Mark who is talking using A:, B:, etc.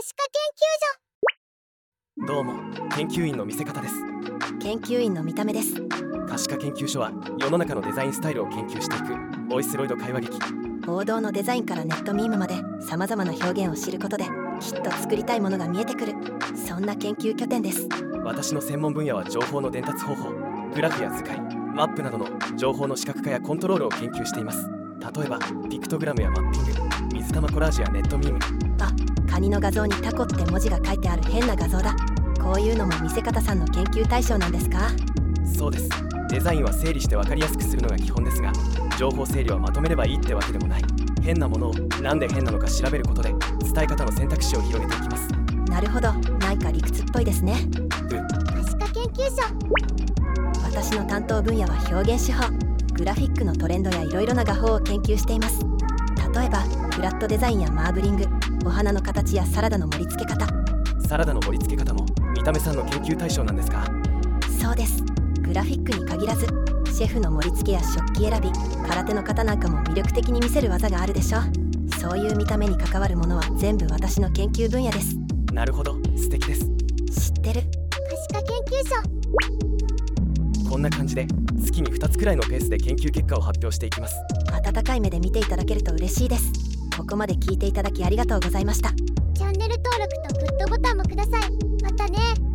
A: 視化研
B: どうも研究員の見せ方です
C: 研究員の見た目です
B: 可視化研究所は世の中のデザインスタイルを研究していくボイスロイド会話劇
C: 王道のデザインからネットミームまで様々な表現を知ることできっと作りたいものが見えてくるそんな研究拠点です
B: 私の専門分野は情報の伝達方法グラフや図解マップなどの情報の視覚化やコントロールを研究しています例えばピクトグラムやマッピング水玉コラージュやネットミーム
C: カニの画像にタコって文字が書いてある変な画像だこういうのも見せ方さんの研究対象なんですか
B: そうですデザインは整理して分かりやすくするのが基本ですが情報整理はまとめればいいってわけでもない変なものをなんで変なのか調べることで伝え方の選択肢を広げていきます
C: なるほどなんか理屈っぽいですね
A: 究所可視化研究所
C: 私の担当分野は表現手法グラフィックのトレンドやいろいろな画法を研究しています例えばフラットデザインやマーブリングお花の形やサラダの盛り付け方
B: サラダの盛り付け方も見た目さんの研究対象なんですか
C: そうですグラフィックに限らずシェフの盛り付けや食器選び空手の方なんかも魅力的に見せる技があるでしょそういう見た目に関わるものは全部私の研究分野です
B: なるほど素敵です
C: 知ってる
A: 可視化研究所
B: こんな感じで月に2つくらいのペースで研究結果を発表していきます
C: 温かい目で見ていただけると嬉しいですここまで聞いていただきありがとうございました
A: チャンネル登録とグッドボタンもくださいまたね